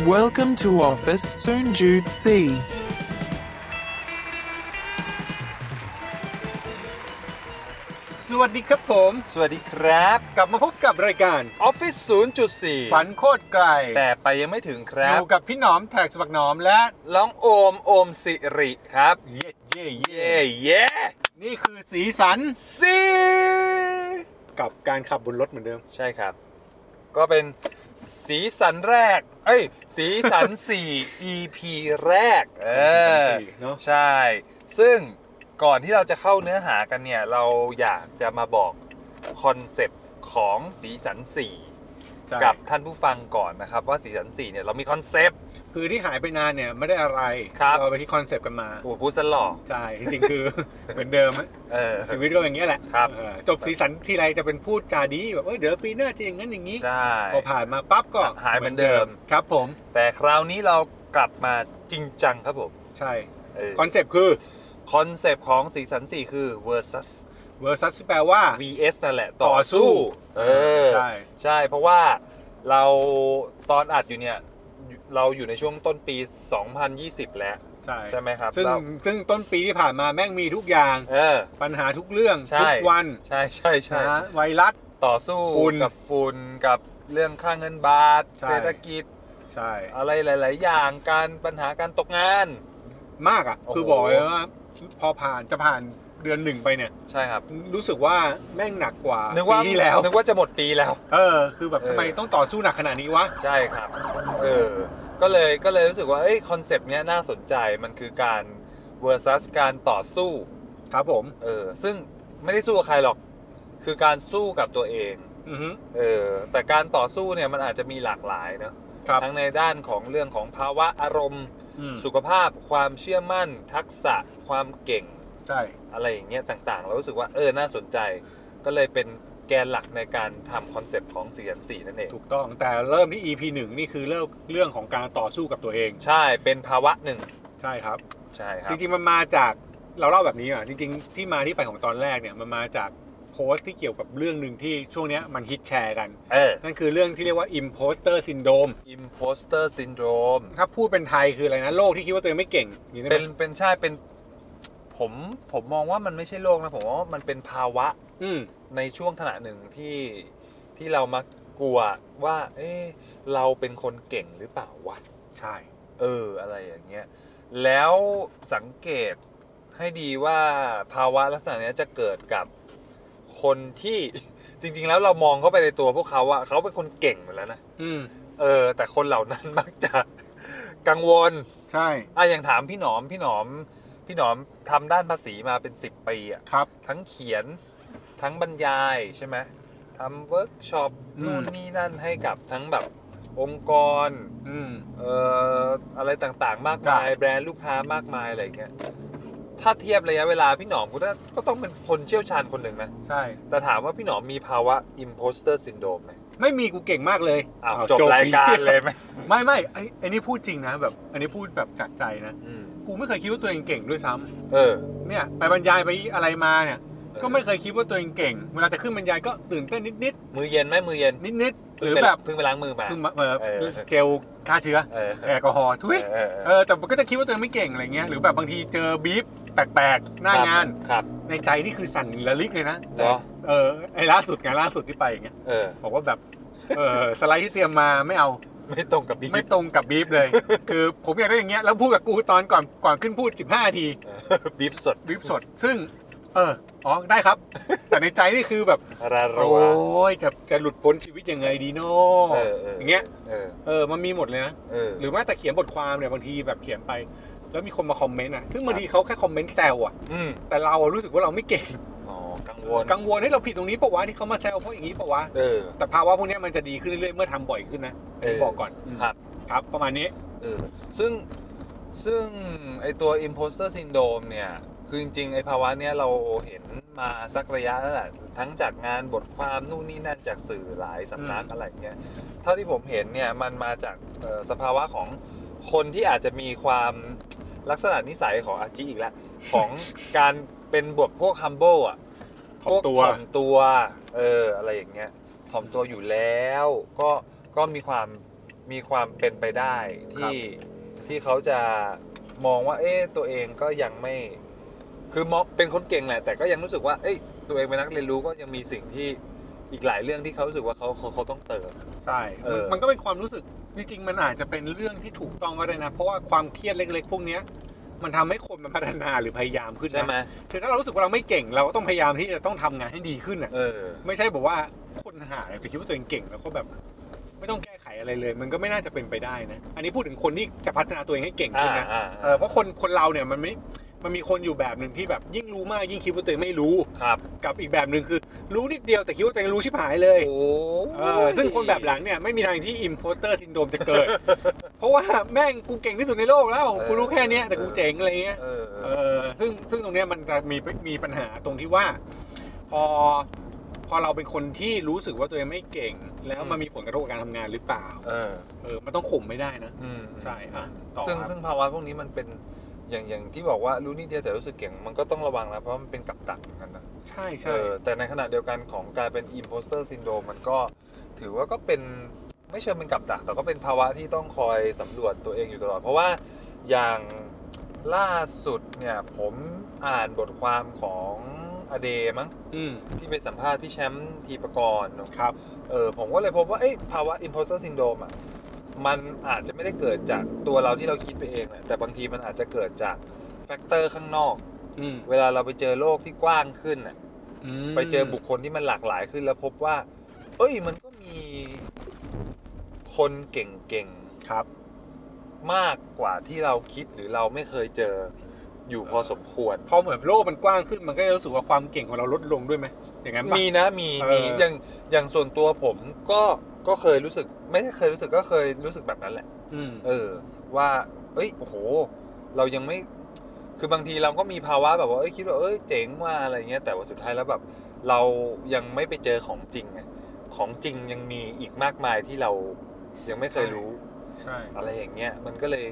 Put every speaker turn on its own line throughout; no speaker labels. Welcome to office soon Jude C.
สวัสดีครับผม
สวัสดีครับ
กลับมาพบกับรายการ
ออฟฟิศ0.4
ฝันโคตรไกล
แต่ไปยังไม่ถึงค
อ
รับ
ยู่กับพี่หนอมแท็กสบักหนอมและ
ล้องโอม โอมสิริครับ
เย่เย่
เย่เย่
นี่คือสีสัน
สิ
กับการขับบนรถเหมือนเดิม
ใช่ครับ ก็เป็นสีสันแรก เอ้ย สีสัน 4 EP แรก เออ
สีสันสี่เนอะ
ใช่ ซึ่งก่อนที่เราจะเข้าเนื้อหากันเนี่ย เราอยากจะมาบอกคอนเซปต์ของสีสัน 4 กับท่านผู้ฟังก่อนนะครับ ว่าสีสัน 4 เนี่ยเรามีคอนเซปต์
คือที่หายไปนานเนี่ยไม่ได้อะไร
ครับ
เราไปที่คอนเซปต์กันมา
โอ้โหพูดซะหล่อ
ใช่จริงๆคือ เหมือนเดิมอะ
เออ
ชีวิตก็อย่างเงี้ยแหละ
ครับ
เออจบสีสันทีไรจะเป็นพูดจาดีแบบเอ้ยเดี๋ยวปีหน้าจะอย่างนั้นอย่างนี้
ใช่
พอผ่านมาปั๊บก็
หายเหมือนเดิม
ครับผม
แต่คราวนี้เรากลับมาจริงจังครับผม
ใช่
เออ
คอนเซปต์คือ
คอนเซปต์ของสีสัน4 คือ versus
versus ที่แปลว่า
vs นั่นแหละ
ต่
ต่
อ
อ
สู้
สู้เออ
ใช่
ใช่เพราะว่าเราตอนอัดอยู่เนี่ย เราอยู่ในช่วงต้นปี 2020 แล้ว
ใช่
ใช่ไหมครับ
ซึ่ง
เรา
ซึ่งต้นปีที่ผ่านมาแม่งมีทุกอย่าง
เออ
ปัญหาทุกเรื่อง
ใช่
ทุกวัน
ใช่ใช่ใช่
หาไวรัส
ต่อสู้
ฝุ่น
กับฝุ่นกับเรื่องค่าเงินบาท
ใช่
เศรษฐกิจ
ใช่
อะไรหลาย ๆ อย่างการปัญหาการตกงาน
มากอ่ะ
โอ้โห
คือบอกเลยว่า พอผ่านจะผ่านเดือนหนึ่งไปเนี่ย
ใช่ครับ
รู้สึกว่าแม่งหนักกว่า
นึกว่า
ปีที่แล้ว
นึกว่าจะหมดปีแล้ว
เออ คือแบบ
เออ
ทำไมต้องต่อสู้หนักขนาดนี้วะ
ใช่ครับ เออ ก็เลยก็เลยรู้สึกว่า เอ้ย คอนเซปต์เนี้ยน่าสนใจ มันคือการ versus การต่อสู้
ครับผม
เออ ซึ่งไม่ได้สู้กับใครหรอก คือการสู้กับตัวเอง
อือฮึ
เออ แต่การต่อสู้เนี่ยมันอาจจะมีหลากหลายเนอะ
ครับ
ทั้งในด้านของเรื่องของภาวะอารมณ์
อืม
สุขภาพ ความเชื่อมั่น ทักษะ ความเก่ง
ใช่
อะไรอย่างเงี้ยต่างๆ เรารู้สึกว่า เออ น่าสนใจ ก็เลยเป็นแกนหลักในการทำคอนเซปต์ของเสียนสีนั่นเอง
ถูกต้อง แต่เริ่มที่ EP หนึ่งนี่คือเรื่องเรื่องของการต่อสู้กับตัวเอง
ใช่ เป็นภาวะหนึ่ง
ใช่ครับ
ใช่ครั
จ
บ
ริงๆ มันมาจากเราเล่าแบบนี้อ่ะจริงๆ ที่มาที่ไปของตอนแรกเนี่ยมันมาจากโพสต์ที่เกี่ยวกับเรื่องหนึ่งที่ช่วงเนี้ยมันฮิตแชร์กัน
เออ
นั่นคือเรื่องที่เรียกว่า imposter syndrome
imposter syndrome
ถ้าพูดเป็นไทยคืออะไรนะโลกที่คิดว่าตัวเองไม่เก่งอย่างนี้
เป็
เป็น
นเป็นใช่เป็นผมผมมองว่ามันไม่ใช่โรคนะ ผมว่ามันเป็นภาวะ
อืม
ในช่วงขณะหนึ่งที่ที่เรามักกลัวว่า เอ๊ะเราเป็นคนเก่งหรือเปล่าวะ
ใช่
เออ อะไรอย่างเงี้ย แล้วสังเกตให้ดีว่าภาวะลักษณะเนี้ยจะเกิดกับคนที่ จริง ๆ แล้วเรามองเข้าไปในตัวพวกเขาอะเขาเป็นคนเก่งอยู่แล้วนะ
อืม
เออ แต่คนเหล่านั้นมักจะ กังวล
ใช่
อ่ะอย่างถามพี่หนอมพี่หนอม พี่หนอมทำด้านภาษีมาเป็นสิบปีอ่ะ
ครับ
ทั้งเขียนทั้งบรรยายใช่ไหมทำเวิร์กช็อป
อืม
นู่นนี่นั่นให้กับทั้งแบบองค์กร
อืม
เอ่ออะไรต่างๆ มากมาย
ครับ
แบรนด์ลูกค้ามากมายอะไรอย่างเงี้ยถ้าเทียบระยะเวลาพี่หนอมก็ต้องก็ต้องเป็นคนเชี่ยวชาญคนหนึ่งนะ
ใช่
แต่ถามว่าพี่หนอมมีภาวะ imposter syndrome ไหม
ไม่มีกูเก่งมากเลย
อ้าว
อ้ว
จบรายการเลยไหม
ไม่ ไม่ไอ้ไอ้นี่พูดจริงนะแบบอันนี้พูดแบบจากใจนะ
อืม
กูไม่เคยคิดว่าตัวเองเก่งด้วยซ้ำ
เออ
เนี่ยไปบรรยายไปอะไรมาเนี่ย
ออ
ก็ไม่เคยคิดว่าตัวเองเก่ง เวลาจะขึ้นบรรยายก็ตื่นเต้นนิดนิด
มือเย็นไหมมือเย็น
นิดนิดๆห
เพิ่ง
รือ
ไป
แบบ
เพิ่งไปล้างมือมา
เพิ่งมาเอ่อ
เออ
เจลฆ่าเชื้อ
เออ
แอลกอฮอล์ทุย
เออเอ
เอ
อ
อแต่มันก็จะคิดว่าตัวเองไม่เก่งอะไรเงี้ยหรือแบบบางทีเจอบีฟแปลกๆหน้างาน
ครับ
ในใจนี่คือสั่นระลิกเลยนะ
เหรอ
เออไอ้ล่าสุดงานล่าสุดที่ไปอย่างเงี้ย
เออ
บอกว่าแบบเออสไลด์ที่เตรียมมาไม่เอา
ไม่ตรงกับบี
ไม่ตรงกับบีฟเลย คือผมอยากได้อย่างเงี้ยแล้วพูดกับกูตอนก่อนก่อนขึ้นพูด 15นาที
เออบีบสด
บีฟสด ซึ่ง เอออ๋อได้ครับ แต่ในใจนี่คือแบบ
ระ
โอ
รัว้
ยจะจะหลุดพ้นชีวิตยังไงดีเนาะ
เออเออ
อ
อย่าง
เงี้ย
เออ
เออมันมีหมดเลยนะ
เออ
หรือแม้แต่เขียนบทความเนี่ยบางทีแบบเขียนไป แล้วมีคนมาคอมเมนต์อ่ะซึ่งบางทีเขาแค่คอมเมนต์แซวอ่ะ
อืม
แต่เราอะรู้สึกว่าเราไม่เก่ง
อ๋อกังวล
กังวลให้เราผิดตรงนี้ปะวะที่เขามาแซวเพราะอย่างนี้ปะวะ
เออ
แต่ภาวะพวกเนี้ยมันจะดีขึ้นเรื่อยๆเมื่อทำบ่อยขึ้นนะ
เออ
บอกก่อน
ครับ
ครับ ประมาณนี้
เออซึ่งซึ่งไอตัว imposter syndrome เนี่ย คือจริงๆไอภาวะเนี้ยเราเห็นมาสักระยะแล้วแหละทั้งจากงานบทความนู่นนี่นั่นจากสื่อหลายสำนัก
อืม
อะไรเงี้ยเท่าที่ผมเห็นเนี่ยมันมาจากเอ่อสภาวะของคนที่อาจจะมีความลักษณะนิสัยของอาจิอีกแล้ว ของการเป็นบวกพวก humble อ่ะ
ถ่อมตั
พ
ว
กถ่อมตัว เออ อะไรอย่างเงี้ย ถ่อมตัวอยู่แล้ว ก็ ก็มีความ มีความเป็นไปได้
ครั
ที่
บ
ที่เขาจะมองว่า เอ๊ะตัวเองก็ยังไม่ คือมองเป็นคนเก่งแหละ แต่ก็ยังรู้สึกว่า เอ้ยตัวเองเป็นนักเรียนรู้ก็ยังมีสิ่งที่อีกหลายเรื่องที่เขารู้สึกว่าเขาเขาเขาต้องเติม
ใช่
เออ
มันมันก็เป็นความรู้สึก จริงๆ มันอาจจะเป็นเรื่องที่ถูกต้องก็ได้นะ เพราะว่าความเครียดเล็กๆ พวกเนี้ย มันทำให้คนมันพัฒนาหรือพยายามขึ้น
ใช่ไหม
นะคือถ้าเรารู้สึกว่าเราไม่เก่งเราก็ต้องพยายามที่จะต้องทำงานให้ดีขึ้นอ่ะ
เออ
ไม่ใช่บอกว่าคนหาแต่คิดว่าตัวเองเก่งแล้วก็แบบ ไม่ต้องแก้ไขอะไรเลย มันก็ไม่น่าจะเป็นไปได้นะ อันนี้พูดถึงคนที่จะพัฒนาตัวเองให้เก่ง
อ่า
ขึ้นนะ
อ่า
เออเพราะคนคนเราเนี่ยมันไม่ มันมีคนอยู่แบบหนึ่งที่แบบยิ่งรู้มากยิ่งคิดว่าตัวเองไม่รู้
ครับ
กับอีกแบบหนึ่งคือ รู้นิดเดียวแต่คิดว่าตัวเองรู้ชิบหายเลย
โอ้
เออซึ่งคนแบบหลังเนี่ยไม่มีทางที่อิมโพสเตอร์ซินโดมจะเกิด เพราะว่าแม่งกูเก่งที่สุดในโลกแล้วกูรู้แค่เนี้ยแต่กูเจ๋งอะไรเงี้ย
เออ
เออซึ่งซึ่งตรงเนี้ยมันจะมีมีปัญหาตรงที่ว่า พอพอเราเป็นคนที่รู้สึกว่าตัวเองไม่เก่ง แล้ว
อืม
มันมีผลกระทบกับการทำงานหรือเปล่า
เออ
เออมันต้องข่มไม่ได้นะ
อืม
ใช่อ่ะต่อ
ซึ่ง
ครับ
ซึ่งภาวะพวกนี้มันเป็นอย่างอย่างที่บอกว่ารู้นิดเดียวแต่รู้สึกเก่งมันก็ต้องระวังนะเพราะมันเป็นกับดักเหมือนกันนะ
ใช่
เอ
ใช่
อแต่ในขณะเดียวกันของการเป็น imposter syndrome มันก็ถือว่าก็เป็นไม่เชิงเป็นกับดัก แต่ก็เป็นภาวะที่ต้องคอยสำรวจตัวเองอยู่ตลอด เพราะว่าอย่างล่าสุดเนี่ยผมอ่านบทความของอเดมั้ง
อืม
ที่ไปสัมภาษณ์พี่แชมป์ทีประกรณ์เนอะ
ครับ
เออผมก็เลยพบว่าเอ้ยภาวะ imposter syndrome อ่ะมันอาจจะไม่ได้เกิดจากตัวเราที่เราคิดไปเองแหละแต่บางทีมันอาจจะเกิดจากแฟกเตอร์ข้างนอก
อืม
เวลาเราไปเจอโลกที่กว้างขึ้นน่ะ
ม
ไปเจอบุคคลที่มันหลากหลายขึ้นแล้วพบว่า เอ้ยมันก็มีคนเก่ง
ครับ
ๆมากกว่าที่เราคิดหรือเราไม่เคยเจออยู่พอสมควร
พอเหมือนโลกมันกว้างขึ้นมันก็จะรู้สึกว่าความเก่งของเราลดลงด้วยไหมอย่างนั้นปะ
มีนะมี
เออ
มีอย่างอย่างส่วนตัวผมก็ก็เคยรู้สึก ไม่ใช่เคยรู้สึกก็เคยรู้สึกแบบนั้นแหละ
อืม
เออว่า เอ้ย โอ้โห เรายังไม่ คือบางทีเราก็มีภาวะแบบว่า เอ้ย คิดว่า เอ้ย เจ๋งว่าอะไรเงี้ย แต่ว่าสุดท้ายแล้วแบบ เรายังไม่ไปเจอของจริงไงของจริงยังมีอีกมากมายที่เรายังไม่เคยรู้
ใช่
อะไรอย่างเงี้ย มันก็เลย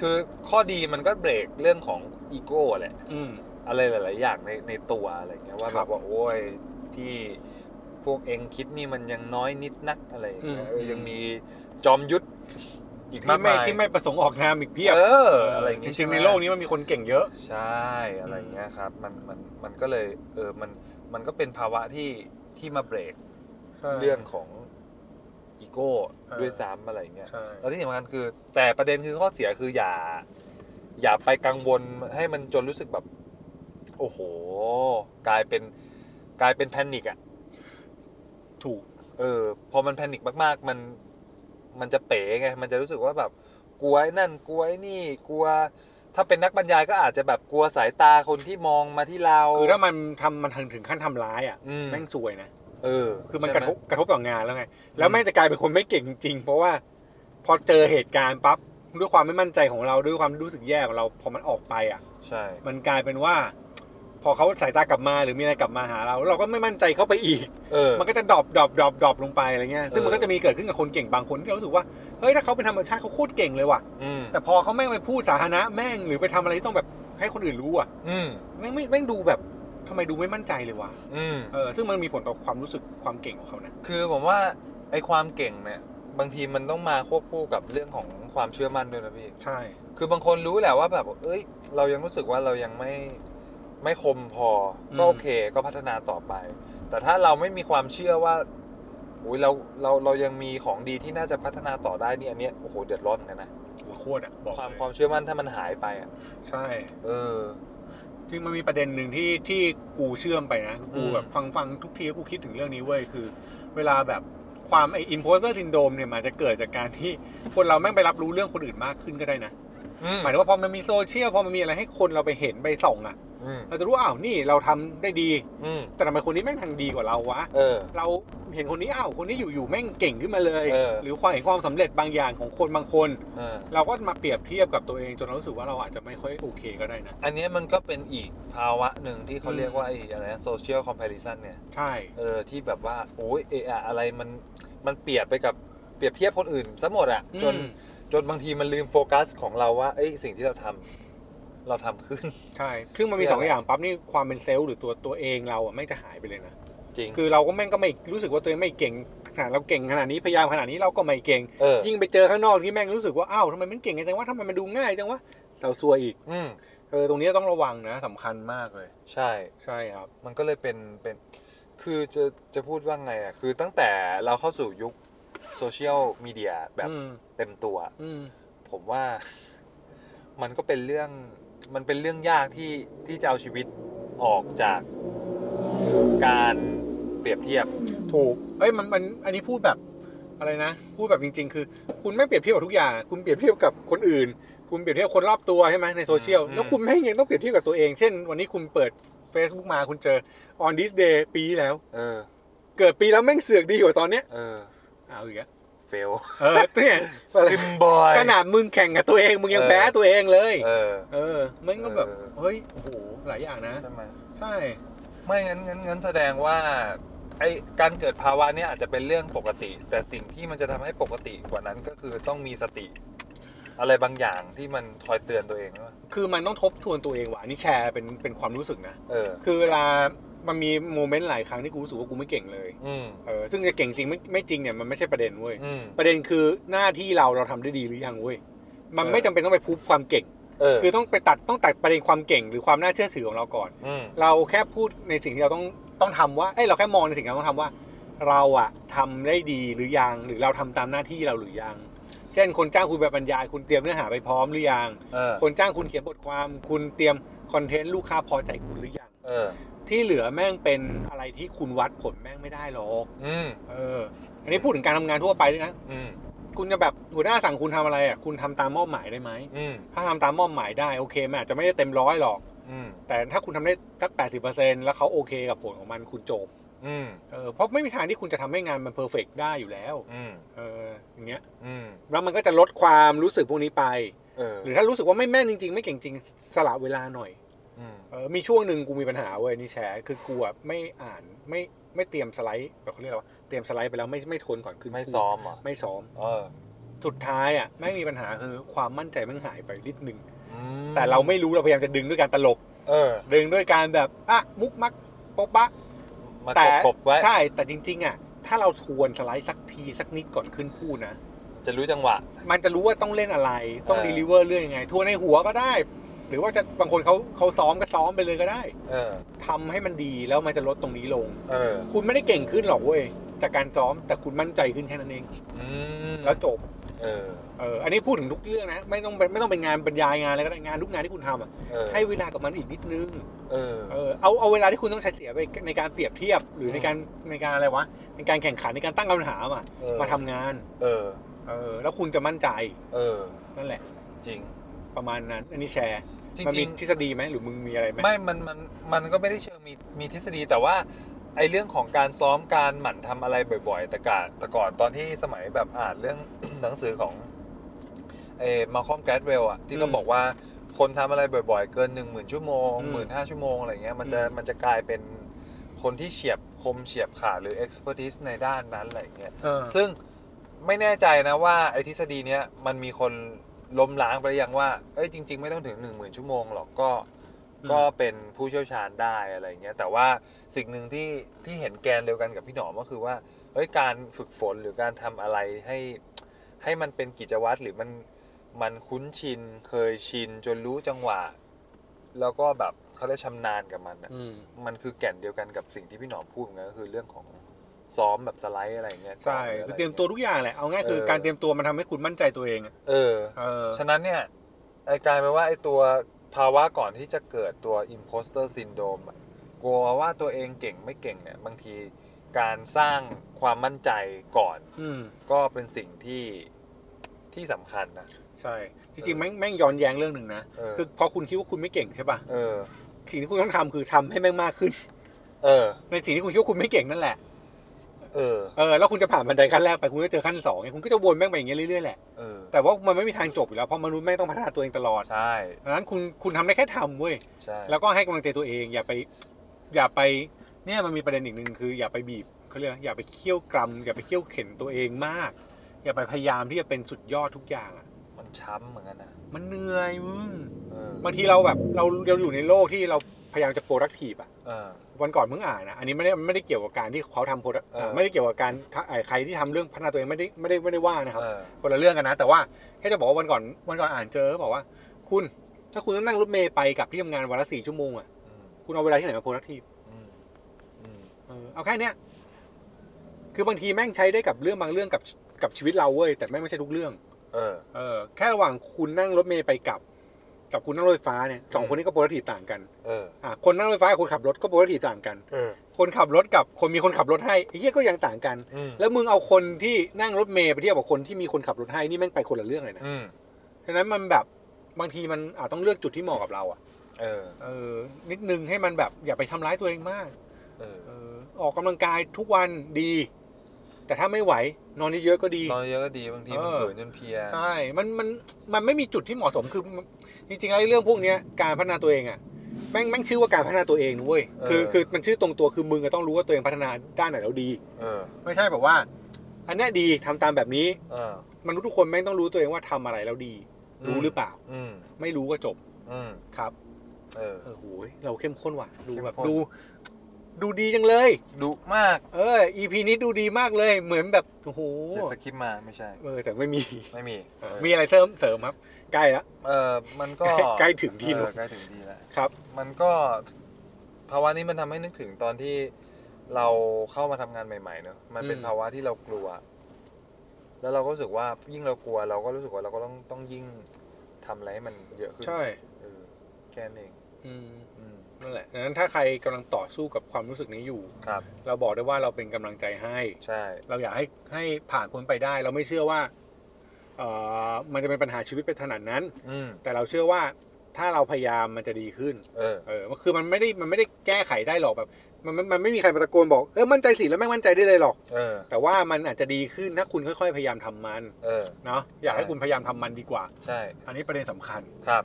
คือข้อดีมันก็เบรกเรื่องของอีโก้แหละ
อืม
อะไรหลาย ๆ อย่างในในตัวอะไรเงี้ยว่า
ค
แบ
รับบ
ว่าโอ้ยที่พวกเองคิดนี่มันยังน้อยนิดนักอะไรอย่างเงี้ย
อืม
เออยังมีจอมยุทธอีกมา
ที่
ก
ไม่
มาย
ที่ไม่ประสงค์ออกนามอีกเพียบ
เอออะไรอย่าง
จ
เงี้ย
ริงๆใน
ช่ไหม
โลกนี้มันมีคนเก่งเยอะ
ใช่อะไรอย่างเงี้ยครับมันมันมันก็เลยเออมันมันก็เป็นภาวะที่ที่มาเบรกเรื่องของอีโก้
เออ
ด้วยซ้ำอะไรอย่างเงี้ย
ใช่
แล้วที่สำคัญคือ แต่ประเด็นคือข้อเสียคืออย่า อย่าไปกังวลให้มันจนรู้สึกแบบ โอ้โห กลายเป็นกลายเป็นแพนิคอ่ะ
ถูก
เออ พอมันแพนิคมากๆ มันมันจะเป๋ไง มันจะรู้สึกว่าแบบกลัวไอ้นั่นกลัวไอ้นี่กลัว ถ้าเป็นนักบรรยายก็อาจจะแบบกลัวสายตาคนที่มองมาที่เรา
คือถ้ามันทำมันถึงถึงขั้นทำร้ายอ่ะ
อืม
แม่งซวยนะ
เออ
คือมันก
ใช่ไห
ระทบกระทบต่องานแล้วไง แล้วแม่งจะกลายเป็นคนไม่เก่งจริงๆเพราะว่าพอเจอเหตุการณ์ปั๊บด้วยความไม่มั่นใจของเราด้วยความรู้สึกแย่ของเราพอมันออกไปอ่ะ
ใช่
มันกลายเป็นว่า พอเขาสายตากลับมาหรือมีอะไรกลับมาหาเราเราก็ไม่มั่นใจเข้าไปอีก
เออ
มันก็จะดรอปดรอปดรอปดรอปลงไปอะไรเงี้ยซึ่งมัน
เออ
ก็จะมีเกิดขึ้นกับคนเก่งบางคนที่เรารู้สึกว่าเฮ้ยถ้าเขาเป็นธรรมชาติเขาโคตรเก่งเลยว่ะ
อืม
แต่พอเขาแม่งไปพูดสาธารณะแม่งหรือไปทำอะไรที่ต้องแบบให้คนอื่นรู้อ่ะ
อืม
แม่งไม่แม่งดูแบบทำไมดูไม่มั่นใจเลยว่ะ
อืม
เออซึ่งมันมีผลต่อความรู้สึกความเก่งของเขานะ
คือผมว่าไอความเก่งเนี่ยบางทีมันต้องมาควบคู่กับเรื่องของความเชื่อมั่นด้วยนะพี่
ใช่
คือบางคนรู้แหละว่าแบบเอ้ย เรายังรู้สึกว่าเรายังไม่ไม่คมพอก็โอเคก็พัฒนาต่อไป แต่ถ้าเราไม่มีความเชื่อว่าอุ้ยเราเราเรายังมีของดีที่น่าจะพัฒนาต่อได้เนี่ยอันเนี้ยโอ้โหเดือดร้อนเหมือนกันนะ
หัวโคตรอ่ะบอก
ความ
เลย
ความเชื่อมั่นถ้ามันหายไปอ่ะ
ใช่
เออ
จริงมันมีประเด็นหนึ่งที่ที่กูเชื่อมไปนะกู
อืม
แบบฟังฟังทุกทีกูคิดถึงเรื่องนี้เว้ยคือ เวลาแบบความไออินโพสเตอร์ซินโดมเนี่ยมันอาจจะเกิดจากการที่คนเราแม่งไปรับรู้เรื่องคนอื่นมากขึ้นก็ได้นะ
อืม
หมายถึงว่าพอมันมีโซเชียลพอมันมีอะไรให้คนเราไปเห็นไปส่องอ่ะ
อืม
เราจะรู้ว่าอ้าวนี่เราทำได้ดี
อืม
แต่ทำไมคนนี้แม่งทางดีกว่าเราวะ
เออ
เราเห็นคนนี้อ้าวคนนี้อยู่ๆแม่งเก่งขึ้นมาเลย
เออ
หรือความเห็นความสำเร็จบางอย่างของคนบางคน
เออ
เราก็มาเปรียบเทียบกับตัวเองจนเรารู้สึกว่าเราอาจจะไม่ค่อยโอเคก็ได้นะ
อันเนี้ยมันก็เป็นอีกภาวะหนึ่งที่เขา
อืม
เรียกว่าไอ้อะไรโซเชียลคอมเพลชันเนี่ย
ใช่
เออที่แบบว่าโอ้ยเอออะไรมันมันเปรียบไปกับเปรียบเทียบคนอื่นซะหมดอะจน
อืม
จนบางทีมันลืมโฟกัสของเราว่าเอ้ยสิ่งที่เราทำเราทำขึ้น
ใช่ซึ่งมันมี
เปรียบ
สองอย่างปั๊บนี่ความเป็นเซลล์หรือตัวตัวเองเราอ่ะแม่งจะหายไปเลยนะ
จริง
คือเราก็แม่งก็ไม่รู้สึกว่าตัวเองไม่เก่ง ขนาดเราเก่งขนาดนี้พยายามขนาดนี้เราก็ไม่เก่ง
เออ
ยิ่งไปเจอข้างนอกที่แม่งรู้สึกว่าอ้าวทำไมมันเก่งจังวะทำไมมันดูง่ายจังวะเราซวยอีก
อืม
เออตรงนี้ต้องระวังนะสำคัญมากเลย
ใช่
ใช่ครับ
มันก็เลยเป็นเป็นคือจะจะพูดว่าไงอ่ะคือตั้งแต่เราเข้าสู่ยุคโซเชียลมีเดียแบบ
อืม
เต็มตัว
อืม
ผมว่า มันก็เป็นเรื่องมันเป็นเรื่องยากที่ที่จะเอาชีวิตออกจากการเปรียบเทียบ
ถูกเอ้ยมันมันอันนี้พูดแบบอะไรนะ พูดแบบจริง ๆ คือ คุณไม่เปรียบเทียบกับทุกอย่างอะคุณเปรียบเทียบกับคนอื่น คุณเปรียบเทียบกับคนรอบตัวใช่ไหมในโซเชียล
อืม
แล้วคุณไม่ยังต้องเปรียบเทียบกับตัวเองเช่น วันนี้คุณเปิด Facebook มาคุณเจอ on this day ปีที่แล้ว
เออ
เกิดปีแล้วแม่งเสือกดีกว่าตอนเนี้ย
เออ
เอาอีกแล้ว
เฟล
เออ เนี่ย
ซิมบอย
ขนาดมึงแข่งกับตัวเองมึงยัง
เออ
แพ้ตัวเองเลย
เออ
เออมันก็แบบ
เออ
เฮ้ยโอ้โหหลายอย่างนะ
ใช่ไหม
ใช่
ไม่งั้นงั้นงั้นแสดงว่าไอการเกิดภาวะเนี้ยอาจจะเป็นเรื่องปกติ แต่สิ่งที่มันจะทำให้ปกติกว่านั้นก็คือต้องมีสติ อะไรบางอย่างที่มันคอยเตือนตัวเองว่า
คือมันต้องทบทวนตัวเองว่ะอันนี้แชร์เป็นเป็นความรู้สึกนะ
เออ
คือเวลามันมีโมเมนต์หลายครั้งที่กูรู้สึกว่ากูไม่เก่งเลย
อืม
เออซึ่งจะเก่งจริงไม่ไม่จริงเนี่ยมันไม่ใช่ประเด็นเว้ย
อืม
ประเด็นคือหน้าที่เราเราทำได้ดีหรือยังเว้ยมัน
เออ
ไม่จำเป็นต้องไปพูดความเก่ง
เออ
คือต้องไปตัดต้องตัดประเด็นความเก่งหรือความน่าเชื่อถือของเราก่อน
อืม
เราแค่พูดในสิ่งที่เราต้องต้องทำว่าเอ้ยเราแค่มองในสิ่งที่เราต้องทำว่า เราอะทำได้ดีหรือยังหรือเราทำตามหน้าที่เราหรือยัง เช่น คนจ้างคุณไปบรรยาย คุณเตรียมเนื้อหาไปพร้อมหรือยัง
เออ
คนจ้างคุณเขียนบทความคุณเตรียมคอนเทนต์ลูกค้าพอใจคุณหรือยัง
เออ
ที่เหลือแม่งเป็นอะไรที่คุณวัดผลแม่งไม่ได้หรอก
อืม
เออ อันนี้พูดถึงการทำงานทั่วไปด้วยนะ
อืม
คุณจะแบบหัวหน้าสั่งคุณทำอะไรอ่ะคุณทำตามมอบหมายได้ไหม
อืม
ถ้าทำตามมอบหมายได้โอเคมันอาจจะไม่ได้เต็มร้อยหรอก
อืม
แต่ถ้าคุณทำได้สักแปดสิบเปอร์เซ็นต์แล้วเขาโอเคกับผลของมันคุณจบ
อืม
เออเพราะไม่มีทางที่คุณจะทำให้งานมันเพอร์เฟกได้อยู่แล้ว
อืม
เอออย่างเงี้ย
อืม
แล้วมันก็จะลดความรู้สึกพวกนี้ไป
เออ
หรือถ้ารู้สึกว่าไม่แม่นจริง ๆ ไม่เก่งจริงสละเวลาหน่อย
อืม
เออมีช่วงหนึ่งกูมีปัญหาเว้ยนี่แชร์คือกูอะไม่อ่านไม่ไม่เตรียมสไลด์แบบเขาเรียกอะไรว่าเตรียมสไลด์ไปแล้วไม่ไม่ทวนก่อนขึ้น
ไม่
พูด
ซ้อมเหรอ
ไม่ซ้อม
เออ
สุดท้ายอ่ะไม่มีปัญหาคือความมั่นใจมันหายไปนิดนึง
อืม
แต่เราไม่รู้เราพยายามจะดึงด้วยการตลก
เออ
ดึงด้วยการแบบอ่ะมุกมักโป๊ะปะ
มา
แต่
กบๆไว้
ใช่แต่จริง ๆ อ่ะ ถ้าเราทวนสไลด์สักทีสักนิดก่อนขึ้นพูดนะ
จะรู้จังหวะ
มันจะรู้ว่าต้องเล่นอะไร ต้อง
เออ
ดีลิเวอร์เรื่องยังไง ทวนในหัวก็ได้ หรือว่าจะบางคนเขาเขาซ้อมก็ซ้อมไปเลยก็ได้
เออ
ทำให้มันดีแล้วมันจะลดตรงนี้ลง
เออ
คุณไม่ได้เก่งขึ้นหรอกเว้ยจากการซ้อมแต่คุณมั่นใจขึ้นแค่นั้นเอง
อืม
แล้วจบ
เออ
เอออันนี้พูดถึงทุกเรื่องนะ ไม่ต้องเป็นไม่ต้องเป็นงานบรรยายงานอะไรก็ได้งานทุกงานที่คุณทำอ่ะ
เออ
ให้เวลากับมันอีกนิดนึง
เออ
เออเอาเอาเวลาที่คุณต้องใช้เสียไปในการเปรียบเทียบ หรือ
ม
ในการในการอะไรวะในการแข่งขันในการตั้งคำถามอ่ะ
เออ
มาทำงาน
เออ
เออแล้วคุณจะมั่นใจ
เออ
นั่นแหละ
จริง
ประมาณนั้น อันนี้แชร์
จริง
มัน
จ
มี
ริง
ทฤษฎีไหมหรือมึงมีอะไรไหม
ไม่ มัน มัน มันก็ไม่ได้เชิงมี มีทฤษฎี แต่ว่าไอเรื่องของการซ้อมการหมั่นทำอะไรบ่อยๆ แต่กาแต่ก่อนตอนที่สมัยแบบอ่านเรื่อง หนังสือของเอมาคอมแกรดเวลอะที่ก็บอกว่าคนทำอะไรบ่อยๆ เกินหนึ่งหมื่นชั่วโมงหมื่นห้าชั่วโมงอะไรเงี้ย มันจะ มันจะกลายเป็นคนที่เฉียบคมเฉียบขาดหรือ expertise ในด้านนั้นอะไรเงี้ย
เออ
ซึ่งไม่แน่ใจนะว่าไอ้ทฤษฎีเนี้ยมันมีคนล้มล้างไปหรือยังว่า เอ้ยจริง ๆ ไม่ต้องถึง 1 0,000 ชั่วโมงหรอกก็ก็เป็นผู้เชี่ยวชาญได้อะไรเงี้ยแต่ว่าสิ่งหนึ่งที่ที่เห็นแกนเดียวกันกับพี่หนอมก็คือว่าเอ้ยการฝึกฝนหรือการทำอะไรให้ให้มันเป็นกิจวัตรหรือมันมันคุ้นชินเคยชินจนรู้จังหวะ แล้วก็แบบเขาได้ชำนาญกับมันอะ
อืม
มันคือแก่นเดียวกันกับสิ่งที่พี่หนอมพูดเหมือนกันก็คือเรื่องของซ้อมแบบสไลด์อะไรอย่างเงี้ยซ
ใช่
้หะไ
คือเตรียมตัวทุกอย่างแหละเอาง่ายคือ
เออ
การเตรียมตัวมันทำให้คุณมั่นใจตัวเองอะ
เออ
เออ
ฉะนั้นเนี่ยไอ้กลายเป็นว่าไอ้ตัวภาวะก่อนที่จะเกิดตัว imposter syndrome อะกลัวว่าตัวเองเก่งไม่เก่งเนี่ยบางทีการสร้างความมั่นใจก่อน
อืม
ก็เป็นสิ่งที่ที่สำคัญนะ
ใช่ จ
เอ
ริง
อ
ๆแม่งแม่งย้อนแย้งเรื่องหนึ่งนะ
เออ
คือพอคุณคิดว่าคุณไม่เก่งใช่ป่ะ
เออ
สิ่งที่คุณต้องทำคือทำให้แม่งมากขึ้น
เออ
ในสิ่งที่คุณคิดว่าคุณไม่เก่งนั่นแหละ
เออ
เออแล้วคุณจะผ่านบันไดขั้นแรกไปคุณก็เจอขั้นสองไงคุณก็จะวนแม่งไปอย่างเงี้ยเรื่อยๆแหละ
เออ
แต่ว่ามันไม่มีทางจบอยู่แล้วเพราะมนุษย์แม่งต้องพัฒนาตัวเองตลอด
ใช่
ดังนั้นคุณคุณทำได้แค่ทำเว้ย
ใช่
แล้วก็ให้กำลังใจตัวเองอย่าไป อย่าไปเนี่ยมันมีประเด็นอีกหนึ่งคือ อย่าไปบีบเขาเรียกอย่าไปเคี่ยวกรำอย่าไปเคี่ยวเข็นตัวเองมาก อย่าไปพยายามที่จะเป็นสุดยอดทุกอย่างอะ
มันช้ำเหมือนกันนะ
มันเหนื่อยมึง
เออบ
างทีเราแบบเราเราอยู่ในโลกที่เรา พยายามจะโปรดักทีฟอะ
อ่า
วันก่อนมึงอ่านนะอันนี้ไม่ได้ไม่ได้เกี่ยวกับการที่เขาทำโปรดัก
เออ
ไม่ได้เกี่ยวกับการถ้าเอ่อใครที่ทำเรื่องพัฒนาตัวเองไม่ได้ไม่ได้ไม่ได้ว่านะครับ
อ่า
คนละเรื่องกันนะ แต่ว่าแค่จะบอกว่าวันก่อนวันก่อนอ่านเจอก็บอกว่า คุณถ้าคุณต้องนั่งรถเมย์ไปกลับที่ทำงานวันละสี่ชั่วโมงอะ
อืม
คุณเอาเวลาที่ไหนมาโปรดักทีฟ
อืมอืม
เอาแค่เนี้ยคือบางทีแม่งใช้ได้กับเรื่องบางเรื่องกับกับชีวิตเราเว้ยแต่แม่งไม่ใช่ทุกเรื่อง
เออ
เออแค่ระหว่างคุณนั่งรถเมย์ไปกลับ กับคุณนั่งรถไฟฟ้าเนี่ยสอง
อืม
คนนี้ก็โปรตีต่างกัน
เออ
อ่ะคนนั่งรถไฟฟ้ากับคนขับรถก็โปรตีต่างกัน
เออ
คนขับรถกับคนมีคนขับรถให้ไอ้เหี้ยก็ยังต่างกัน
อืม
แล้วมึงเอาคนที่นั่งรถเมย์ไปเทียบกับคนที่มีคนขับรถให้นี่แม่งไปคนละเรื่องเลยนะ
อืม
ฉะนั้นมันแบบบางทีมันอาจต้องเลือกจุดที่เหมาะกับเราอ่ะ
เออ
เออนิดนึงให้มันแบบอย่าไปทำร้ายตัวเองมาก
เออ
เออออกกำลังกายทุกวันดี แต่ถ้าไม่ไหวนอนเยอะๆก็ดี
นอนเยอะก็ดีบางทีมัน
เออ
ฝืนจนเพลีย
ใช่ มัน มัน มันไม่มีจุดที่เหมาะสม คือมันจริงๆแล้วไอ้เรื่องพวกเนี้ยการพัฒนาตัวเองอะแม่ง แม่งชื่อว่าการพัฒนาตัวเองนะเว้ย คือ คือ มันชื่อตรงตัว คือมึงก็ต้องรู้ว่าตัวเองพัฒนาด้านไหนแล้วดี
เออ
ไม่ใช่แบบว่า อันเนี้ยดีทำตามแบบนี้
เออ
มนุษย์ทุกคนแม่งต้องรู้ตัวเองว่าทำอะไรแล้วดี รู้หรือเปล่า
อืม
ไม่รู้ก็จบ
อืม
ครับ
เออ
เออโหยเราเข้มข้นว่ะ ดูแบบ
เข้มข้น
ดู ดูดีจังเลย
ดุมาก
เออ EP นี้ดูดีมากเลย เหมือนแบบ โอ้โห
เขียนสคริปต์มาไม่ใช่
เออ แต่ไม่มี
ไม่มีเออ
มีอะไรเสริม เสริมครับ ใกล้ละ
เออมันก็
ใกล้ถึงที่
เอ
แล้
อ
ว
ใกล้ถึงที่แล้ว
ครับ
มันก็ภาวะนี้มันทำให้นึกถึงตอนที่เราเข้ามาทำงานใหม่ๆเนอะมันเป็น
อืม
ภาวะที่เรากลัว แล้วเราก็รู้สึกว่ายิ่งเรากลัว เราก็รู้สึกว่าเราก็ต้องต้องยิ่งทำอะไรให้มันเยอะขึ้น
ใช่
เออแค่นั้นเอง
อืม
อืม
นั่นแหละดังนั้นถ้าใครกำลังต่อสู้กับความรู้สึกนี้อยู่
ครับ
เราบอกได้ว่าเราเป็นกำลังใจให้
ใช่
เราอยากให้ให้ผ่านพ้นไปได้ เราไม่เชื่อว่าเอ่อมันจะเป็นปัญหาชีวิตไปขนาดนั้น
อืม
แต่เราเชื่อว่าถ้าเราพยายามมันจะดีขึ้น
เออ
เออมันคือมันไม่ได้มันไม่ได้แก้ไขได้หรอกแบบมันมันมันไม่มีใครมาตะโกนบอกเออมั่นใจสิแล้วไม่มั่นใจได้เลยหรอก
เออ
แต่ว่ามันอาจจะดีขึ้นถ้าคุณค่อย ๆ พยายามทำมัน
เออ
เนาะอยากให้คุณพยายามทำมันดีกว่า
ใช่
อันนี้ประเด็นสำคัญ
ครับ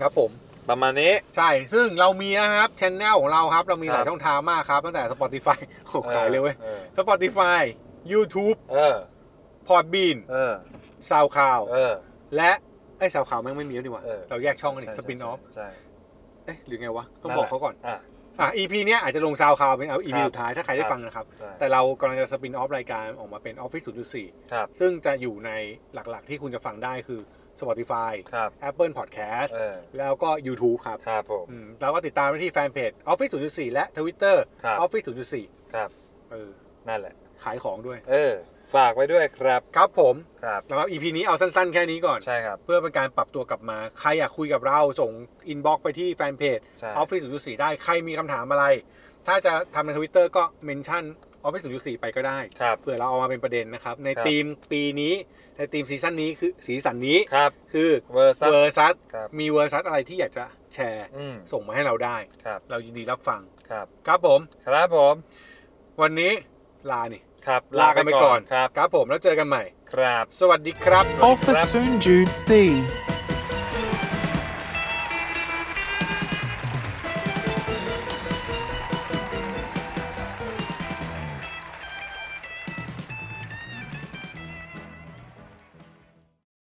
ครับผม
ประมาณนี้
ใช่ ซึ่งเรามีนะครับช n e l ของเราครับ เรามีห
ค
ลา
รั
ย
บ
ช่องทางมากครับ ตั้งแต่ Spotify โอ้ขายเลยเว้ย
ออ
Spotify YouTube
เออ
Podbean
เออ
SoundCloud
เออ
และไอ้ SoundCloud แม่งไม่มีแล้วนี่หว่า
เออ
เราแยกช่องกันอีก
ใช่
สปินออฟ
ใช่
เอ๊ะหรือไงวะ ต้อง
นั่นแห
บอก
ละ
เขาก่อน
อ่ะ
อ่ะ EP เนี้ยอาจจะลง SoundCloud เป็นเอา EP
ครับ
สุดท้ายถ้าใคร
ค
ได้
รับ
ฟังนะครับ
ใช่
แต่เรากำลังจะสปินออฟรายการออกมาเป็น Office 0.4
ครับ
ซึ่งจะอยู่ในหลักๆ ที่คุณจะฟังได้คือ Spotify
ครับ
Apple Podcast
เออ
แล้วก็ YouTube ครับ
ครับผม
อืมแล้วก็ติดตามได้ที่แฟนเพจ Office 0.4 และ Twitter
ครับ
ออฟฟิศ0.4
ครับ
เออ
นั่นแหละ
ขายของด้วย
เออ ฝากไว้ด้วยครับ
ครับผม
ครับ
สำหรับ EP นี้เอาสั้นๆ แค่นี้ก่อน
ใช่ครับ
เพื่อเป็นการปรับตัวกลับมา ใครอยากคุยกับเราส่งอินบ็อกไปที่แฟนเพจ
ใช่
ออฟฟิศ0.4 ได้ ใครมีคำถามอะไร ถ้าจะทำในทวิตเตอร์ก็เมนชั่นออฟฟิศ0.4 ไปก็ได้
ครับ
เผื่อเราเอามาเป็นประเด็นนะครับ ใน
ครับ
ทีมปีนี้ ในทีมซีซั่นนี้คือสีสันนี้
ครับ
คือ
เวอร์ซัส
เวอร์ซัส
ครับ
มีเวอร์ซัสอะไรที่อยากจะแชร์
อืม
ส่งมาให้เราได้
ครับ
เรายินดีรับฟัง
ครับ
ครับผม
ครับผม
วันนี้ลานี่
ครับ
ลากันไปก่อน
ครับ
ครับผมแล้วเจอกันใหม่
ครับ
สวัสดีครับ
Office Soon Jude C.